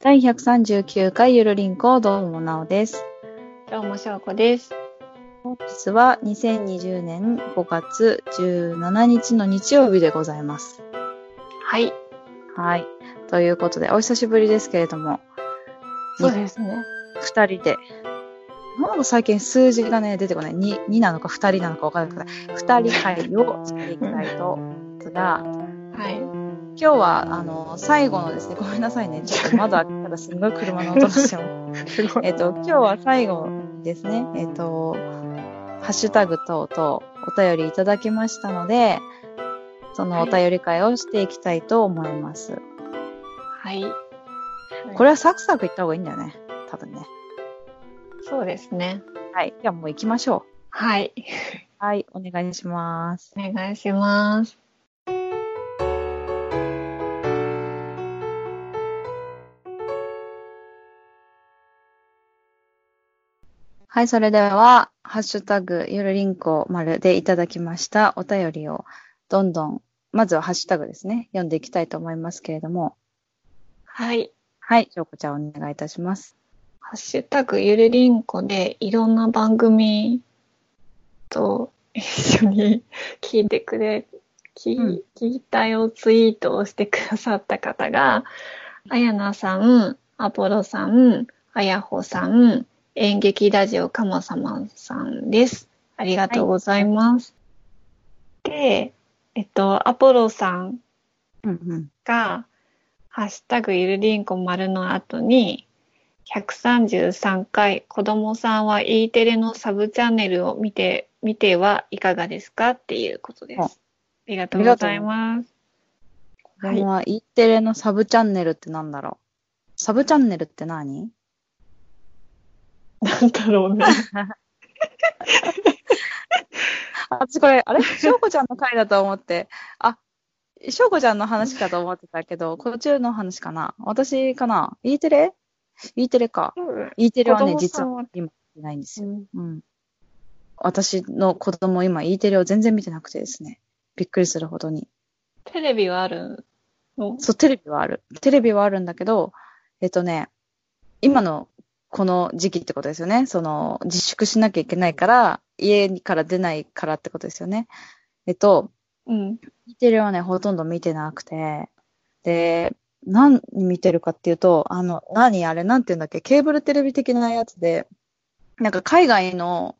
第139回ゆるりんこ、どうもなおです。どうも、しょうこです。本日は2020年5月17日の日曜日でございます。はい。はい。ということで、お久しぶりですけれども、そうですね。二人で。なんか最近数字がね、出てこない。2、2なのか2人なのか分からなくて、二人会をしていきたいと思うんですが、は今日は、あの、最後のですね、ごめんなさいね。ちょっと窓開けたらすんごい車の音がしてます。い。 すごえっと、今日は最後ですね、えっと、ハッシュタグ等々お便りいただきましたので、そのお便り会をしていきたいと思います。はい。これはサクサクいった方がいいんだよね。多分ね。そうですね。はい。じゃあもう行きましょはい。う。はい。お願いします。お願いします。はい。それでは、ハッシュタグ、ゆるりんこ丸でいただきましたお便りを、どんどん、まずはハッシュタグですね、読んでいきたいと思いますけれども、はい。はい。しょうこちゃんお願いいたします。ハッシュタグゆるりんこでいろんな番組と一緒に聞いてくれ、聞,、うん聞いたよツイートをしてくださった方が、あやなさん、アポロさん、あやほさん、演劇ラジオかまさまさんです。ありがとうございます。で、えっと、アポロさんうんうん。が、ハッシュタグゆるりんこ丸の後に、133回、子供さんは E テレのサブチャンネルを見て、見てはいかがですかっていうことです。あありがとうございます。こはいれは E テレのサブチャンネルってなんだろうサブチャンネルって何なんだろうね。あ私これ、あ れ翔子ちゃんの回だと思って、あ、翔子ちゃんの話かと思ってたけど、こっちの話かな私かな ?E テレ ?E テレか。E テレはね、子供実さんはは今見てないんですよ。うん。私の子供今 E テレを全然見てなくてですね。びっくりするほどに。テレビはあるのそう、テレビはある。テレビはあるんだけど、えっとね、今のこの時期ってことですよね。その、自粛しなきゃいけないから、家から出ないからってことですよね。えっと、うん。見てるはね、ほとんど見てなくて、で、何見てるかっていうと、あの、何あれ、なんていうんだっけ、ケーブルテレビ的なやつで、なんか海外の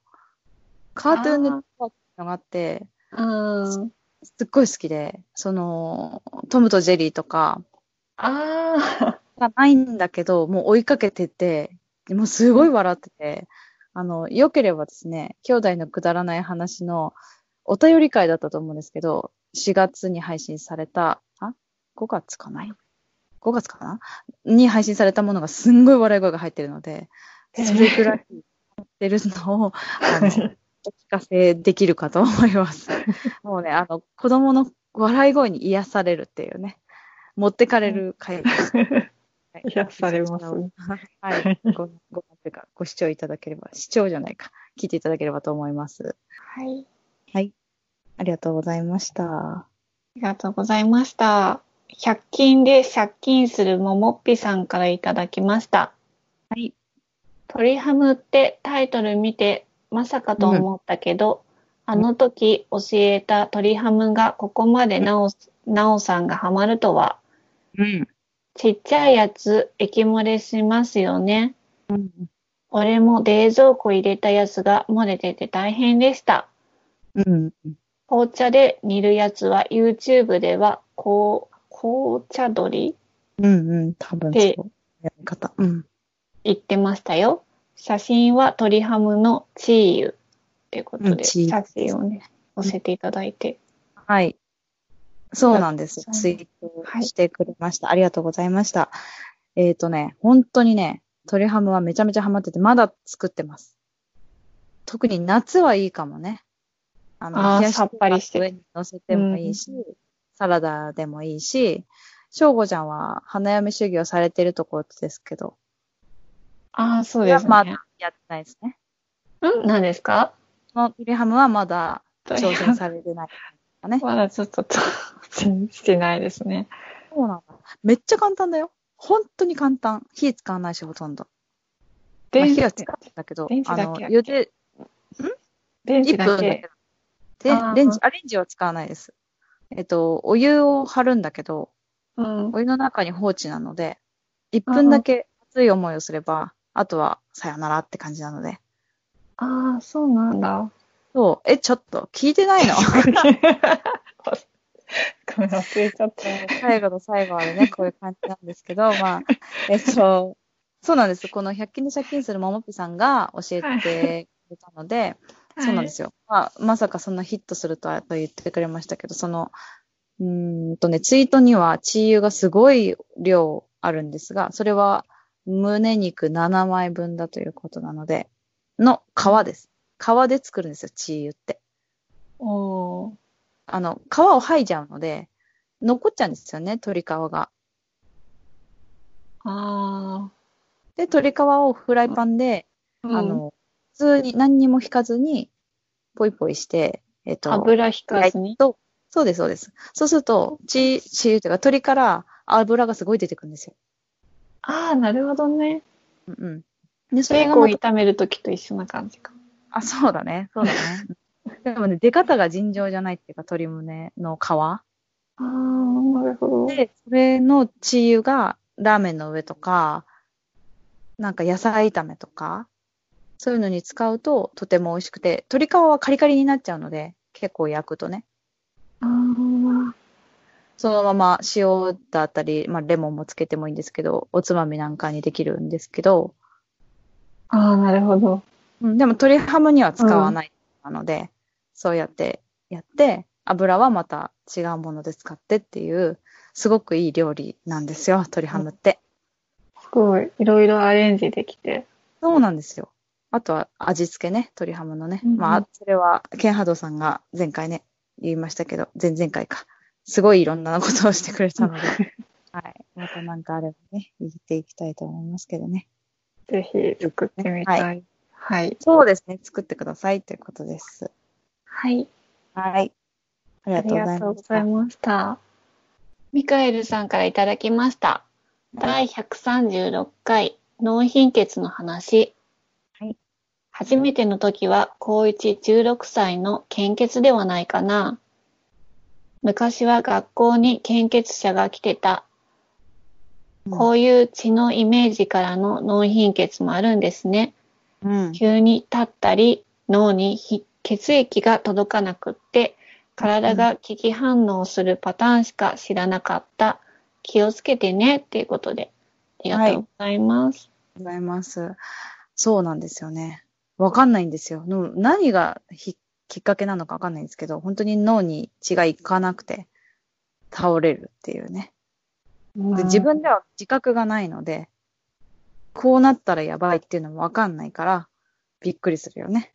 カートゥーンネットワークってのがあって、うん。すっごい好きで、その、トムとジェリーとか、あがないんだけど、もう追いかけてて、でもうすごい笑ってて、あの、良ければですね、兄弟のくだらない話のお便り会だったと思うんですけど、4月に配信された、あ ?5 月かな ?5 月かなに配信されたものがすんごい笑い声が入ってるので、それくらいやってるのを、あの、お聞かせできるかと思います。もうね、あの、子供の笑い声に癒されるっていうね、持ってかれる回です。はい癒されますね。はい。ご、ご、というか、ご視聴いただければ、視聴じゃないか、聞いていただければと思います。あ。はい。ありがとうございました。ありがとうございました。100均で借金するももっぴさんからいただきました。はい。鳥ハムってタイトル見てまさかと思ったけど、あの時教えた鳥ハムがここまでなお、なおさんがハマるとは、うん。ちっちゃいやつ液漏れしますよね。うん。俺も冷蔵庫入れたやつが漏れてて大変でした。うん。紅茶で煮るやつは YouTube では、こう、紅茶鳥うん。うん。多分でそう。やり方。うん。言ってましたよ。写真は鳥ハムのチーユっていうことうんで、チーユ写真をね、載せていただいて。はい。そうなんです。はいツイートしてくれました。ありがとうございました。えっ、とね、本当にね、鳥ハムはめちゃめちゃハマってて、まだ作ってます。特に夏はいいかもね。ああー冷やしさっぱりして上に乗せてもいいし、サラダでもいいし、翔吾ちゃんは花嫁修行されてるところですけど、ああ、そそうですね。まだやってないですね。うん何ですかこの鳥ハムはまだ挑戦さ。されてないかねまだちょっと、してないですね。そうなんだ。めっちゃ簡単だよ。本当に簡単。火使わないし、ほとんど。まあ、電火子は使ってたけど、電子あだけの、茹で、電1子だ分だけけ。であー、レンジ、あ、レンジは使わないです。えっと、お湯を張るんだけど、うんお湯の中に放置なので、1分だけ熱い思いをすれば、あとはさよならって感じなので。ああ、そうなんだ。そう、え、ちょっと、聞いてない のごめん、忘れちゃった。最後の最後までね、こういう感じなんですけど、まあ、えっと、そうなんです。この100均で借金するももぴさんが教えてくれたので、そうなんですよ。まあ、まさかそんなヒットするとはやっぱり言ってくれましたけど、その、うーんとね、ツイートには、チー油がすごい量あるんですが、それは、胸肉7枚分だということなので、の皮です。皮で作るんですよ、チー油って。はい。おーあの、皮を剥いじゃうので、残っちゃうんですよね、鶏皮が。あで、鶏皮をフライパンで、あ、あの、普通に何にも引かずに、ポイポイして、えっと、油引かずに。と、そうです、そうです。そうすると、血、血というか、鳥から油がすごい出てくるんですよ。ああ、なるほどね。うんうん。で、それ結が構また、炒めるときと一緒な感じか。あ、そうだね、そうだね。でもね、出方が尋常じゃないっていうか、鳥胸の皮。ああ、なるほど。で、それの血油が、ラーメンの上とか、なんか野菜炒めとか、そういうのに使うととても美味しくて、鶏皮はカリカリになっちゃうので、結構焼くとね。ああ、そのまま塩だったり、まあ、レモンもつけてもいいんですけど、おつまみなんかにできるんですけど、ああ、なるほど。うん、でも鶏ハムには使わないので、そうやってやって、油はまた違うもので使ってっていう、すごくいい料理なんですよ、鶏ハムって。すごい。いろいろアレンジできて。そうなんですよ。あとは味付けね、鶏ハムのね。うんうんまあ、それは、ケンハドさんが前回ね、言いましたけど、前々回か。すごいいろんなことをしてくれたので、はい。またなんかあればね、言っていきたいと思いますけどね。 ぜひ作ってみたい。ははい。はい。そうですね。作ってくださいということです。はい。ありあがとうごりざがいとうまごしざたい。ました。ミカエルさんからいただきました。第136回、脳貧血の話。はい初めての時は、高1 16歳の献血ではないかな。昔は学校に献血者が来てた。こういう血のイメージからの脳貧血もあるんですね。うん。急に立ったり脳にひ血液が届かなくって体が危機反応するパターンしか知らなかった、気をつけてねっていうことでありがとうございます、ありがとうございます。そうなんですよね。わかんないんですよ。の何がひきっかけなのかわかんないんですけど、本当に脳に血がいかなくて倒れるっていうね。で自分では自覚がないので、こうなったらやばいっていうのもわかんないから、びっくりするよね。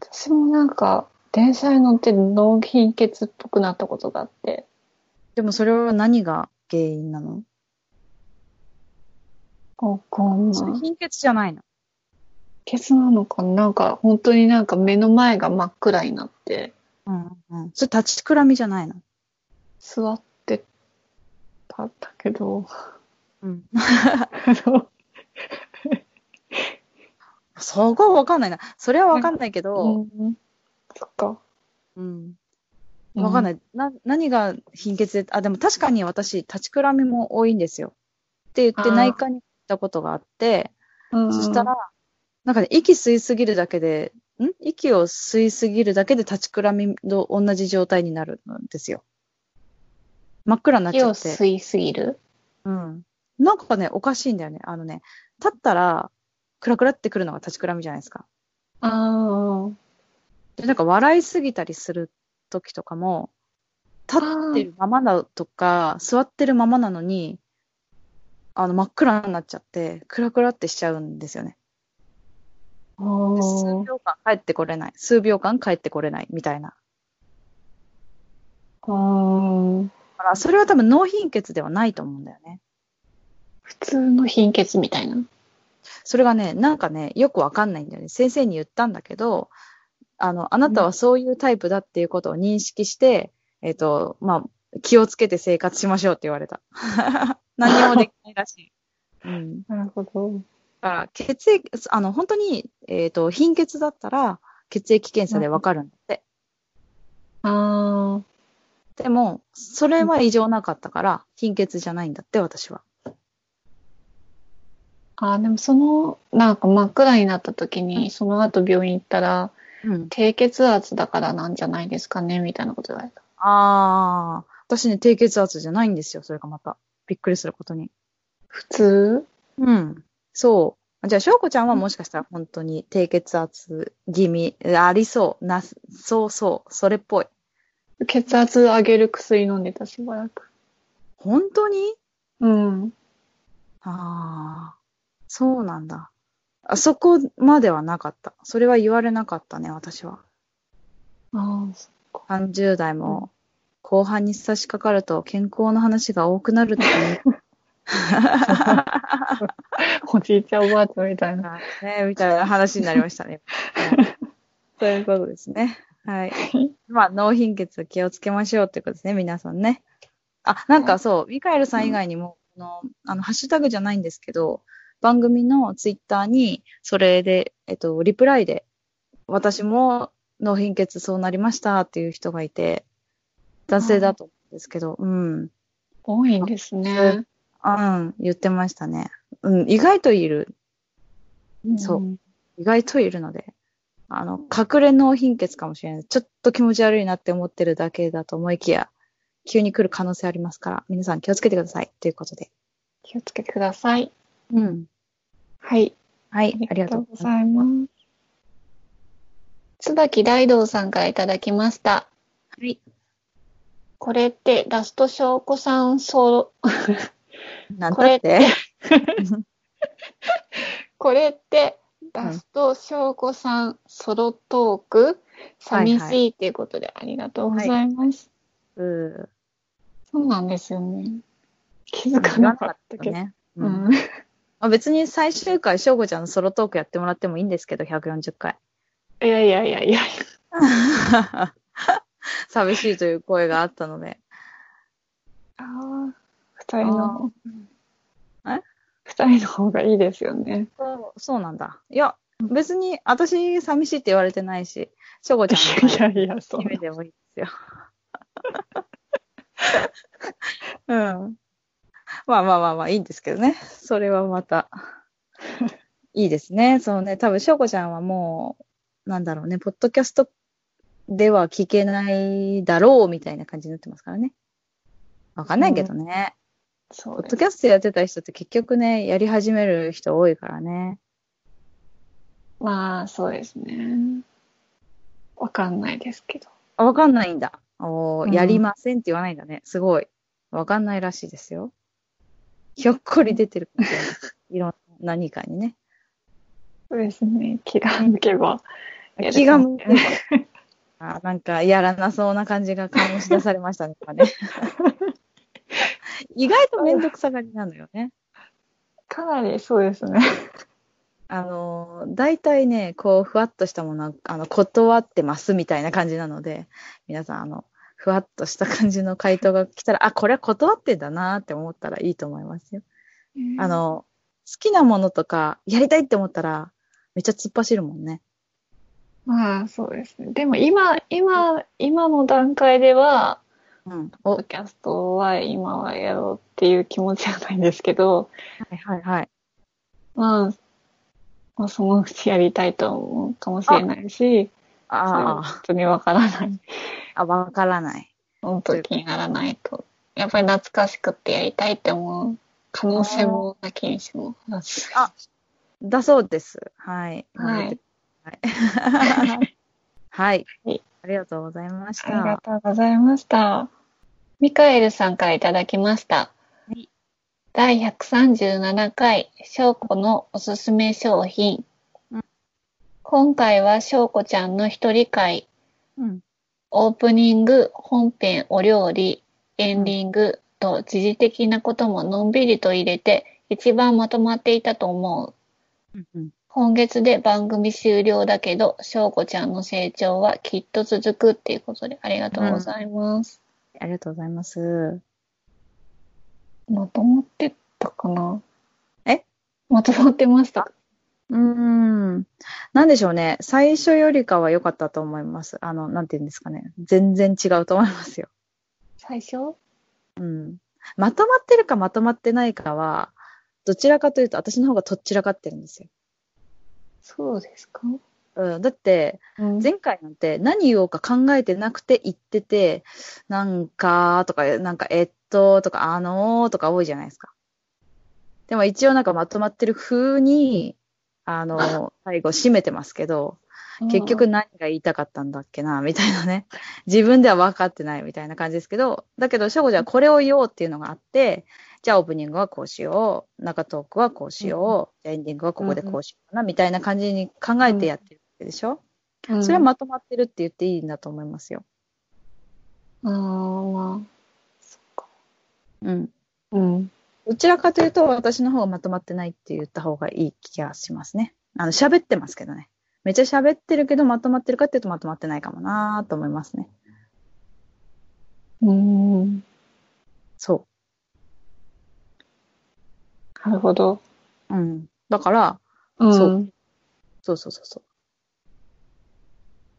私もなんか電車に乗って脳貧血っぽくなったことがあってでもそれは何が原因なの、わかんそれない貧血じゃないの。血なのかななんか本当になんか目の前が真っ暗になってうんうん。それ立ちくらみじゃないの。座ってたんだけどうん。あのそこはわかんないな。それはわかんないけど、うん、そっか。。うん。わかんないい。な、何が貧血で、あ、でも確かに私、立ちくらみも多いんですよ。って言ってあー内科に行ったことがあって、うんそした、ら、なんかね、息吸いすぎるだけで、ん息を吸いすぎるだけで立ちくらみと同じ状態になるんですよ。真っ暗になっち火ゃをって。吸いすぎる。うん。なんかね、おかしいんだよね。あのね、立ったら、クラクラってくるのが立ちくらみじゃないですか。ああ。で、なんか笑いすぎたりする時とかも、立ってるままだとか、座ってるままなのに、あの、真っ暗になっちゃって、クラクラってしちゃうんですよね。あでー数秒間帰ってこれない。数秒間帰ってこれない。みたいな。あー。だから、それは多分脳貧血ではないと思うんだよね。普通の貧血みたいな。それがね、なんかね、よくわかんないんだよね。先生に言ったんだけど、あの、あなたはそういうタイプだっていうことを認識して、えっ、と、まあ、気をつけて生活しましょうって言われた。 何にもできないらしい。うん。なるほど。だから、血液、あの、本当に、えっ、と、貧血だったら、血液検査でわかるんだって。ああ、でも、それは異常なかったから、貧血じゃないんだって、私は。あーでもその、なんか真っ暗になった時うに、その後病院行ったら、うん。低血圧だからなんじゃないですかね、みたいなこと言われた。あー、私ね、低血圧じゃないんですよ、それがまた。びっくりすることに。普通うん。そう。じゃあ、翔子ちゃんはもしかしたら本当に低血圧気味、ありそう、な、そうそう、それっぽい。血圧上げる薬飲んでたしばらく。本当にうん。ああ、そうなんだ。あそこまではなかった。それは言われなかったね、私は。ああ、 30代も後半に差し掛かると健康の話が多くなるっていうおじいちゃんおばあちゃんみたいな。ね、みたいな話になりましたね。はいそういうことですね。はい。まあ、脳貧血気をつけましょうってことですね、皆さんね。あ、なんかそう、ミカエルさん以外にも、この、あの、ハッシュタグじゃないんですけど、番組のツイッターに、それで、えっと、リプライで、私も脳貧血そうなりましたっていう人がいて、男性だと思うんですけど、うん。多いんですね。うん、言ってましたね。うん、意外といる。そううん。意外といるので、あの、隠れ脳貧血かもしれない。ちょっと気持ち悪いなって思ってるだけだと思いきや、急に来る可能性ありますから、皆さん気をつけてください。ということで。気をつけてください。うん。はい。はい、ありがとうございます。います。椿大道さんからいただきました。はい。これってラスト証拠さんソロ、なんだってこれってラスト証拠さんソロトーク、寂はいはしいっていうことでありがとうございます。うん。そうなんですよね。気づ言かわななかかっったたけど。ね。う。うんんまあ、別に最終回、翔吾ちゃんのソロトークやってもらってもいいんですけど、140回。 いやいやいやいや。寂しいという声があったので。ああ、二人の。あーえ二人の方がいいですよね。そうそうなんだ。いや、別に私寂しいって言われてないし、翔吾ちゃんの いやいや、そう夢でもいいですよ。 うん。まあまあまあまあ、いいんですけどね。それはま た。いいですね。そうね、多分、翔子ちゃんはもう、なんだろうね、ポッドキャストでは聞けないだろう、みたいな感じになってますからね。わかんないけどね。そポうッでドす。キャストやってた人って結局ね、やり始める人多いからね。まあ、そうですね。わかんないですけど。あ、わかんないんだ。おーうんやりませんって言わないんだね。すごい。わかんないらしいですよ。ひょっこり出 てるかもしれない。いろんな何かにね。そうですね。気が向けば。やる気が向けば。あなんか、やらなそうな感じが醸し出されましたね。今 ね意外とめんどくさがりなのよね。かなりそうですね。あのー、大体ね、こう、ふわっとしたものは、あの、断ってますみたいな感じなので、皆さん、あの、ふわっとした感じの回答が来たら、あ、これは断ってんだなって思ったらいいと思いますよ。あ、の、好きなものとか、やりたいって思ったら、めっちゃ突っ走るもんね。まあ、そうですね。でも今、今、今の段階では、うん。ポお、はッドキャストは今はやろうっていう気持ちはないんですけど、いはいはい。まあ、まあ、そのうちやりたいと思うかもしれないし、それはあ本当にわからない。ーあ、わからない。本当気にならないと。やっぱり懐かしくってやりたいって思う可能性もなきにしもあらず。あだそうです。はい。はい。 はい。はいはい。ありがとうございましありがた。とうございました。ミカエルさんからいただきました。はい第137回、翔子のおすすめ商品。うん今回は翔子ちゃんの一人会、うん。オープニング、本編、お料理、エンディングと時事的なことものんびりと入れて、一番まとまっていたと思うう。んうん。今月で番組終了だけど、翔子ちゃんの成長はきっと続くっていうことでありがとうございます。ありがとうございます。うまとまってたかなえまとまってました。うーん。なんでしょうね。最初よりかは良かったと思います。あの、なんて言うんですかね。全然違うと思いますよ。最初うん。まとまってるかまとまってないかは、どちらかというと私の方がとっちらかってるんですよ。そうですか、うん。だって、うん前回なんて何言おうか考えてなくて言ってて、なんかとか、なんかえっととかあのーとか多いじゃないですか。でも一応なんかまとまってる風に、あの、最後締めてますけど、結局何が言いたかったんだっけな、みたいなね。自分では分かってないみたいな感じですけど、だけど、翔子ちゃんはこれを言おうっていうのがあって、じゃあオープニングはこうしよう、中トークはこうしよう、じゃあエンディングはここでこうしようかな、みたいな感じに考えてやってるわけでしょ、うんそれはまとまってるって言っていいんだと思いますよ。あーまあ、そっか。うん。うん。どちらかというと、私の方がまとまってないって言った方がいい気がしますね。あの、喋ってますけどね。めっちゃ喋ってるけど、まとまってるかっていうとまとまってないかもなーと思いますね。うん。そなるほど。う。うん。だから、うん。そうそうそうそうそう。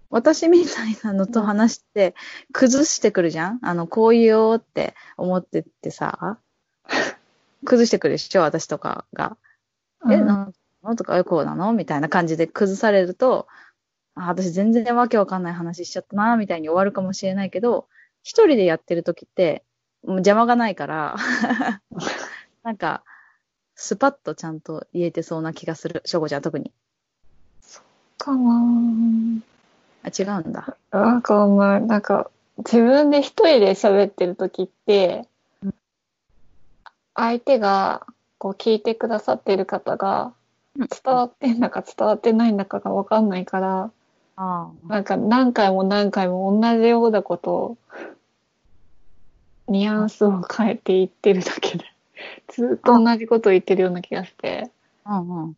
私みたいなのと話して、崩してくるじゃんあの、こう言おうって思ってってさ、 崩してくるでしょ私とかが。え、うんなんのとか、え、こうなのみたいな感じで崩されると、あ、私全然わけわかんない話しちゃったな、みたいに終わるかもしれないけど、一人でやってる時って、もう邪魔がない から、なんか、スパッとちゃんと言えてそうな気がする。しょうこちゃん特に。かなあ、違うんだ。なんかお前、なんか、自分で一人で喋ってる時ってう、相手が、こう聞いてくださってる方が、うん伝わってんだか伝わってないんだかがわかんないから、ああ。なんか何回も何回も同じようなことを、ニュアンスを変えていってるだけで、ずっと同じことを言ってるような気がして。うんうん。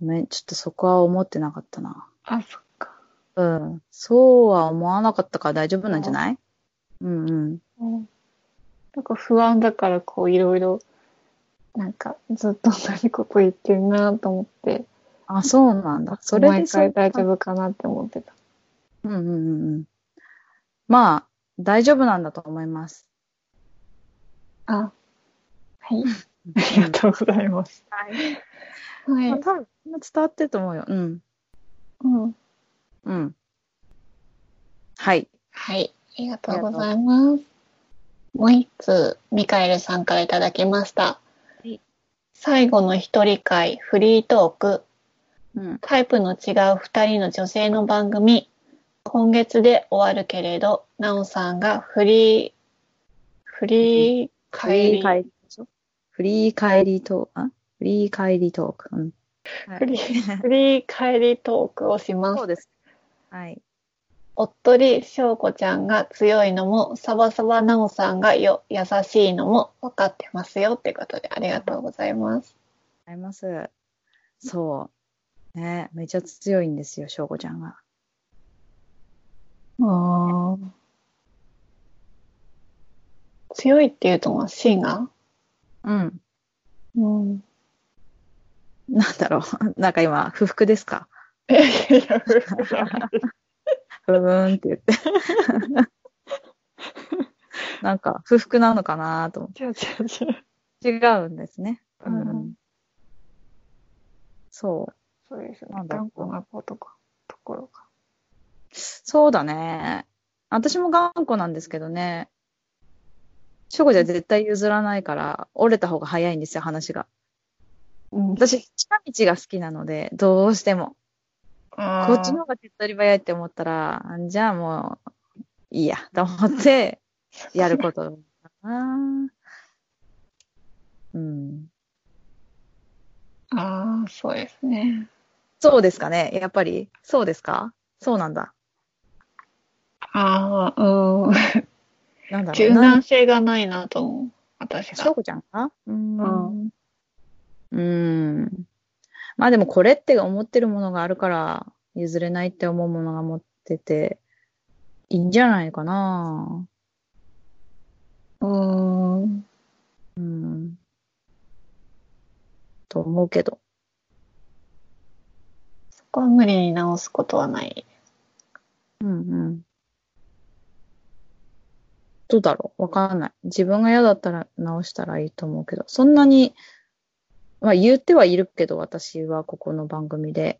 ごめん、ちょっとそこは思ってなかったな。あ、そっか。うん。そうは思わなかったから大丈夫なんじゃないうんうん。うんなんか不安だからこういろいろ、なんかずっと同じこと言ってるなと思って、あ、そうなんだ。それ毎でそ回う大丈夫かなって思ってた。うんうんうんうん。まあ、大丈夫なんだと思います。あ、はい。ありがとうございます。はい。はまあ、い。多分、みんな伝わってると思うよ。うん。うん。うん。はい。はい。ありがとうございます。もう一通、ミカエルさんからいただきました。い最後の一人会、フリートーク。うん。タイプの違う二人の女性の番組。今月で終わるけれど、ナオさんがフリー、フリーフリー帰り、帰りでしょフリー帰りトーク、あフリー帰りトーク。うん。フリー、フリー帰りトークをしまそうす。です。はい。おっとりしょうこちゃんが強いのも、サバサバナオさんがよ優しいのも分かってますよってことでありがとうございます。あります。そう。ねめちゃ強いんですよ、しょうこちゃんが。強いっていうともシンが、うん。うん、なんだろう。 なんか今、不服ですかいやいやいやふーんって言って。なんか、不服なのかなと思っ 違う違う違う。て。違うんですね。うん。そう。そうですねなん。だろう頑固なことか、ところが。そうだね。私も頑固なんですけどね。しょこじゃ絶対譲らないから、折れた方が早いんですよ、話が。うん私、近道が好きなので、どうしても。ここっちの方が手っ取り早いって思ったら、あじゃあもう、いいや、と思 って、やることだな。うん。ああ、そうですね。そうですかねやっぱりそうですかそうなんだ。ああ、うん。なんだろ柔うな。軟性がないなと思う。私しょがう。こちゃんかうーん。うーん。まあでもこれって思ってるものがあるから、譲れないって思うものが持ってて、いいんじゃないかな。うーん。うん。と思うけど。そこは無理に直すことはない。うんうん。どうだろうわかんない。自分が嫌だったら直したらいいと思うけど、そんなに、まあ言ってはいるけど、私はここの番組で。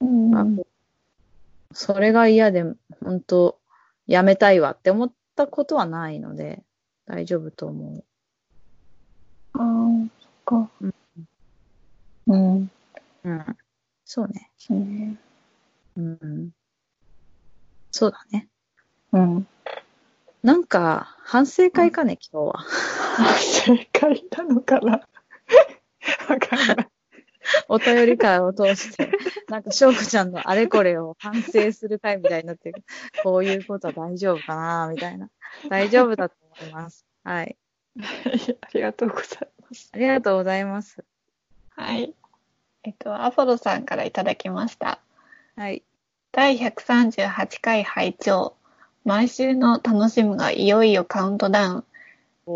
うんまあそれが嫌で、本当やめたいわって思ったことはないので、大丈夫と思う。あーそっか。うん。うん。そうね。そうね。うん。そうだね。うん。なんか、反省会かね、今日は。正解なのかな わかんない。お便り会を通して、 なんか、翔子ちゃんのあれこれを反省する会みたいになってる。こういうことは大丈夫かなみたいな。大丈夫だと思います。はい。ありがとう ございます。ありがとうございます。はい。えっと、アポロさんからいただきました。はい。第138回拝聴毎週の楽しむがいよいよカウントダウン。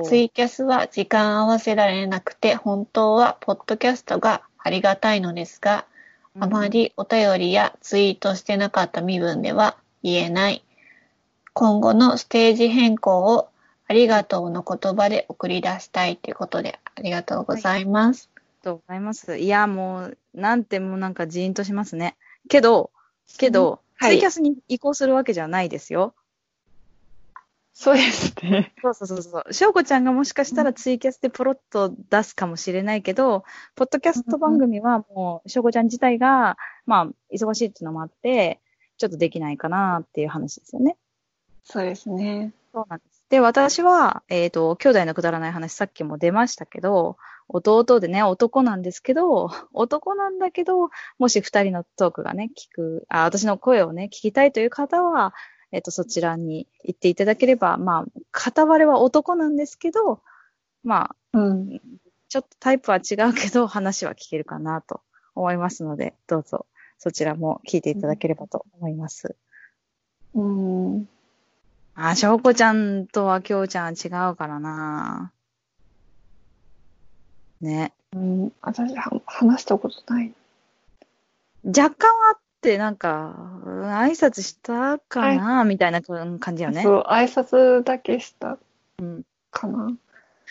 ツイキャスは時間合わせられなくて、本当はポッドキャストがありがたいのですが、あまりお便りやツイートしてなかった身分では言えない。今後のステージ変更をありがとうの言葉で送り出したいということで、ありがとうございます。ありがとうございます。いや、もう、なんてもうなんかジーンとしますね。けど、けど、はいツイキャスに移行するわけじゃないですよ。そうですね。そうそうそうそう。翔子ちゃんがもしかしたらツイキャスでポロッと出すかもしれないけど、ポッドキャスト番組はもう、翔子ちゃん自体が、まあ、忙しいっていうのもあって、ちょっとできないかなっていう話ですよね。そうですね。そうなんです。で、私は、えっ、と、兄弟のくだらない話、さっきも出ましたけど、弟でね、男なんですけど、男なんだけど、もし二人のトークがね、聞く、あ、私の声をね、聞きたいという方は、えっ、と、そちらに行っていただければ、まあ、片割れは男なんですけど、まあ、うん。ちょっとタイプは違うけど、話は聞けるかなと思いますので、どうぞ、そちらも聞いていただければと思います。うん。あ、しょうこちゃんとはきょうちゃんは違うからな。ね。うん、私は話したことない。若干あって、なんか、うん挨拶したかな、みたいな感じよね。そう、挨拶だけしたうん。かな。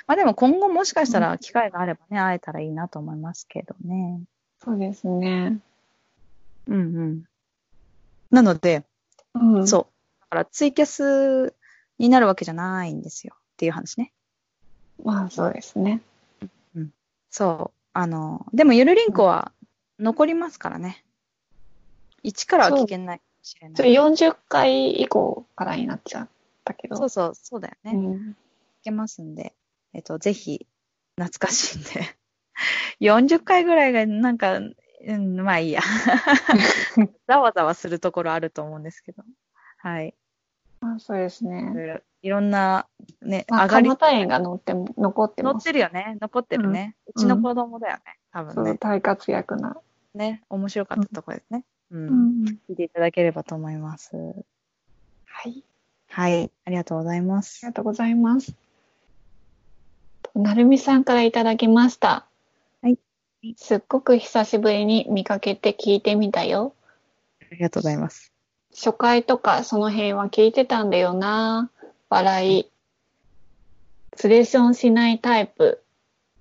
まあでも今後もしかしたら機会があればね、会えたらいいなと思いますけどね。そうですね。うんうん。なので、うん、う。そう。だからツイキャスになるわけじゃないんですよ。っていう話ね。まあそうですね。そう。あの、でもゆるりんこは残りますからね。一からは聞けないかもしれちょない。 40回以降からになっちゃったけど。そうそう、そうだよね。う聞んけますんで。えっと、ぜひ、懐かしいんで。40回ぐらいが、なんか、うん、まあいい や。ざわざわするところあると思うんですけど。はい。まあそうですいね。ろいろいろんな、ね、まあ、上がり蒲、田園が乗っても残って乗まっす。てるよね。残ってるね。うちの子供だよね。多そ分う、ね。大活躍な。ね、面白かったところですね。うんうん。聞いていただければと思います。はい。はい。ありがとうございまありすが。とうございます。なるみさんからいただきました。はい。すっごく久しぶりに見かけて聞いてみたよ。ありがとうございます。初回とかその辺は聞いてたんだよな笑い。スレションしないタイプ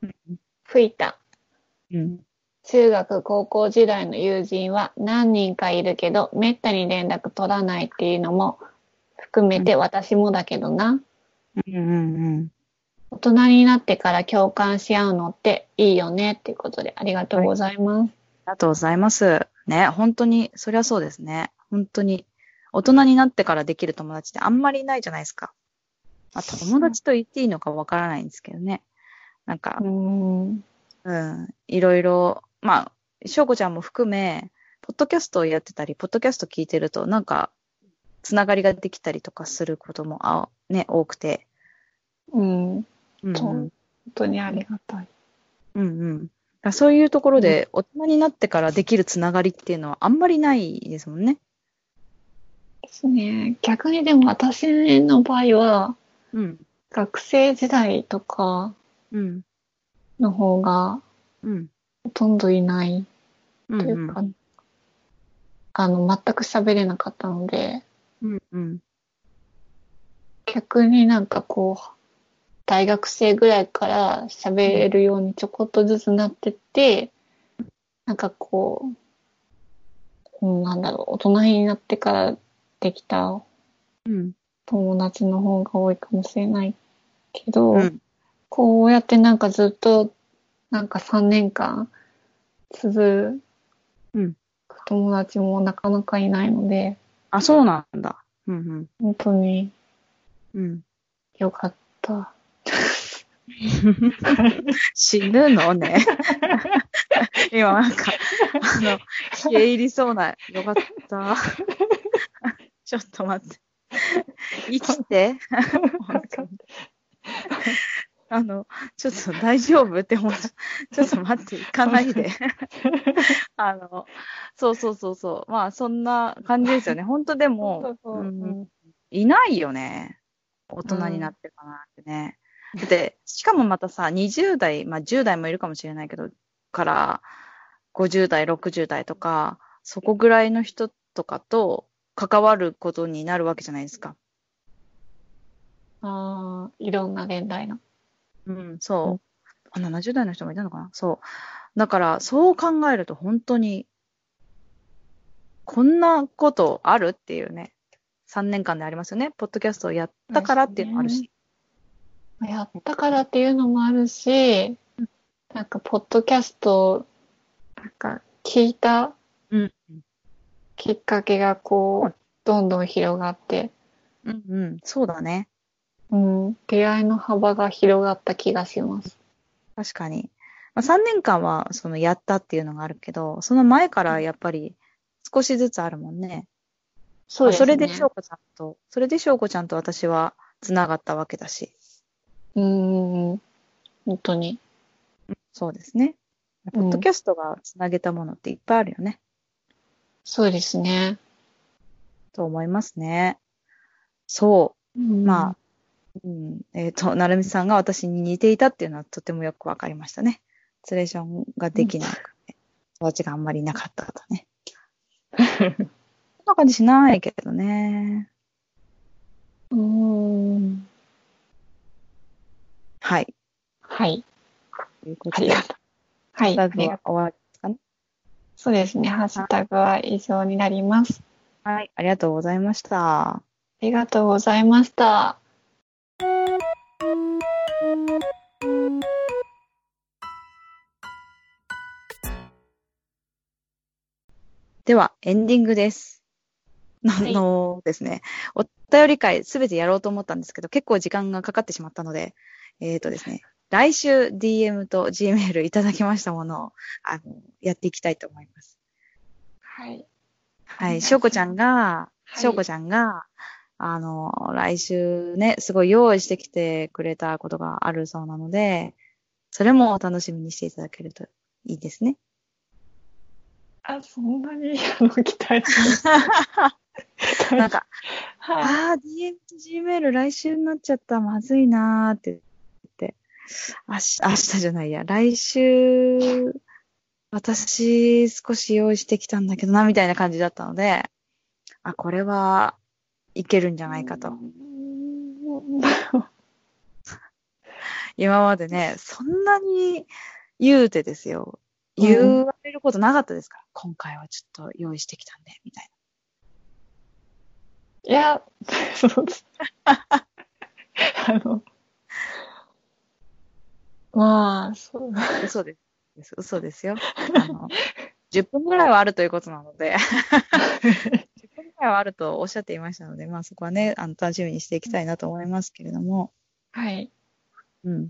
うん。吹いた。うん。中学高校時代の友人は何人かいるけど、めったに連絡取らないっていうのも含めて私もだけどな。うんうん大人になってから共感し合うのっていいよねっていうことでありがとうございます。ありがとうございます。ね、本当に、そりゃそうですね。本当に。大人になってからできる友達ってあんまりいないじゃないですか。まあ、友達と言っていいのかわからないんですけどね。なんかう、ん。うん、いろいろ、まあ、しょうこちゃんも含め、ポッドキャストをやってたり、ポッドキャスト聞いてると、なんか、つながりができたりとかすることも、あね、多くて。うん。う本んそううん当にありがたい。うんうん。だからそういうところで、大人になってからできるつながりっていうのはあんまりないですもんね。ですね。逆にでも私の場合は、うん。学生時代とかうん。の方がうん。ほとんどいないうんというか、あの、全く喋れなかったので、うん。うん。逆になんかこう、大学生ぐらいから喋れるようにちょこっとずつなってって、なんかこう、うんなんだろう、大人になってからできたうん。友達の方が多いかもしれないけど、うんこうやってなんかずっと、なんか3年間続うんく友達もなかなかいないので、あ、そうなんだ。うん。本当にうん。うん。良かった。死ぬの ね。今なんか、あの、消え入りそうな。よかった。 ちょっと待って。生きて。本当にあの、ちょっと大丈夫って 思った。ちょっと待って、行かないで。 あの、そうそうそうそう。まあ、そんな感じ ですよね。本当でも、そううんいないよね。大人になってかなってね。だって、しかもまたさ、20代、まあ10代もいるかもしれないけど、から、50代、60代とか、そこぐらいの人とかと関わることになるわけじゃないですか。ああ、いろんな年代の。うん、そう。あ、70代の人もいたのかなそう。だから、そう考えると本当に、こんなことあるっていうね。3年間でありますよね。ポッドキャストをやったからっていうのもあるし。やったからっていうのもあるし、なんか、ポッドキャスト、なんか、聞いたうんきっかけがこう、どんどん広がって、うんうん。そうだね。うん、出会いの幅が広がった気がします。確かに。まあ、3年間は、その、やったっていうのがあるけど、その前からやっぱり、少しずつあるもんね。そまあそれで翔子ちゃんと、それで翔子ちゃんと私は、つながったわけだし。うん、本当に。そうですね。うんポッドキャストがつなげたものっていっぱいあるよね。そうですね。と思いますね。そうんう。まあ、うん、えっ、と、なるみさんが私に似ていたっていうのはとてもよくわかりましたね。ツレーションができなくて、育ちがあんまりなかったとね。そんな感じしないけどね。うん、はい。はい、ということありで、がとう。はい、ラあグりがはとう。終わりですかね。そうですね。ハッシュタグは以上になります。はい。ありがとうございました。ありがとうございました。では、エンディングです。あいのですね、お便り会すべてやろうと思ったんですけど、結構時間がかかってしまったので、えっ、とですね、来週 DM と Gmail いただきましたものをあのやっていきたいと思います。はい。はお願いい、しますしょうこちゃんが、はいしょうこちゃんが、あの、来週ね、すごい用意してきてくれたことがあるそうなので、それもお楽しみにしていただけるといいですね。あ、そんなに、あの、期待しななんい。か、はい。ああ、DM と Gmail 来週になっちゃった、まずいなーって言って、明日、明日じゃないや、来週、私少し用意してきたんだけどな、みたいな感じだったので、あ、これはいけるんじゃないかとう。ん。今までね、そんなに言うてですよ。うん言われることなかったですから、今回はちょっと用意してきたんで、みたいいや、そうです。あの、まあ、そう。な。嘘です。嘘ですよ。あの、10分ぐらいはあるということなので。10分ぐらいはあるとおっしゃっていましたので、まあそこはね、あの楽しみにしていきたいなと思いますけれども。はい。うん。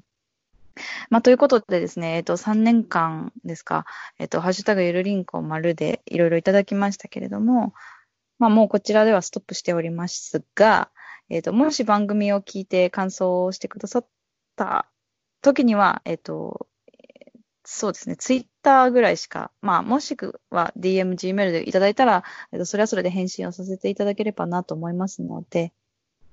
まあということでですね、えっと、3年間ですか、えっと、ハッシュタグゆるりんこ丸でいろいろいただきましたけれども、まあもうこちらではストップしておりますが、えっと、もし番組を聞いて感想をしてくださった時には、えっと、そうですね、ツイッターぐらいしか、まあ、もしくは DM、Gmail でいただいたら、えっと、それはそれで返信をさせていただければなと思いますので、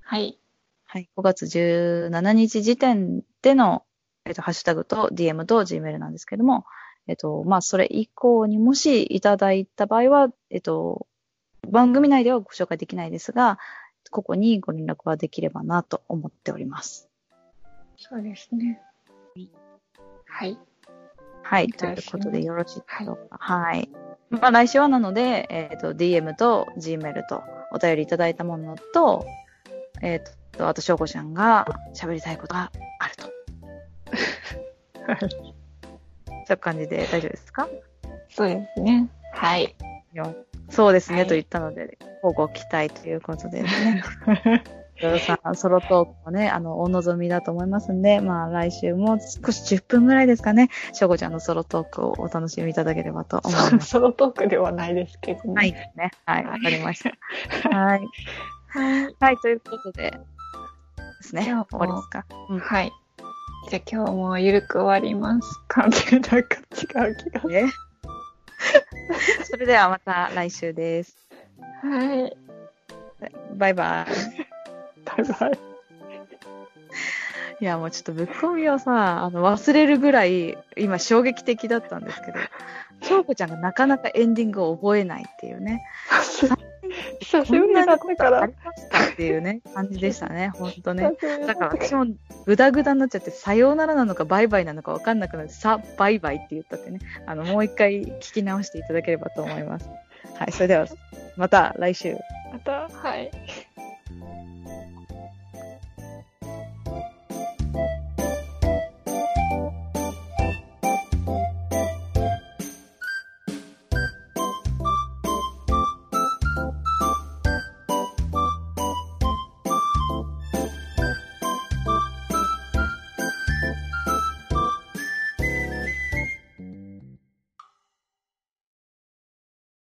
はい。はい、5月17日時点での、えっと、ハッシュタグと DM と Gmail なんですけども、えっと、まあ、それ以降にもしいただいた場合は、えっと、番組内ではご紹介できないですが、ここにご連絡はできればなと思っております。そうですね。はい。はい、とお願いいうしますことでよろしいでしょうか。はい。まあ、来週はなので、えっと、DM と Gmail とお便りいただいたものと、えっと、あと、翔子ちゃんが喋りたいことがあ ると。そういう感じで大丈夫ですかそうですね。はい。 そうですね、はいと言ったので、乞うご期待ということで ね。ヨロさん、ソロトークもね、あの、お望みだと思いますんで、まあ、来週も少し10分ぐらいですかね、しょうこちゃんのソロトークをお楽しみいただければと思います。ソロトークではないですけどね。ないですね。はい、わかりました。はい。はい、ということで、ですね。終今日もわりですか。うんはい。じゃあ今日もゆるく終わります。関係なく違う気がする。ね それではまた来週です。はい。バイバイ。バイバイ。いや、もうちょっとぶっ込みをさ、あの、忘れるぐらい、今衝撃的だったんですけど、翔子ちゃんがなかなかエンディングを覚えないっていうね、 久しぶりだったかあらり。ましたっていうね、感じでしたね、ほんとね久。しぶりだだっからた私もグダグダになっちゃって、さようならなのかバイバイなのかわかんなくなって、さ、バイバイって言ったってね、あの、もう一回聞き直していただければと思います。はい、それでは、また来週。また、はい。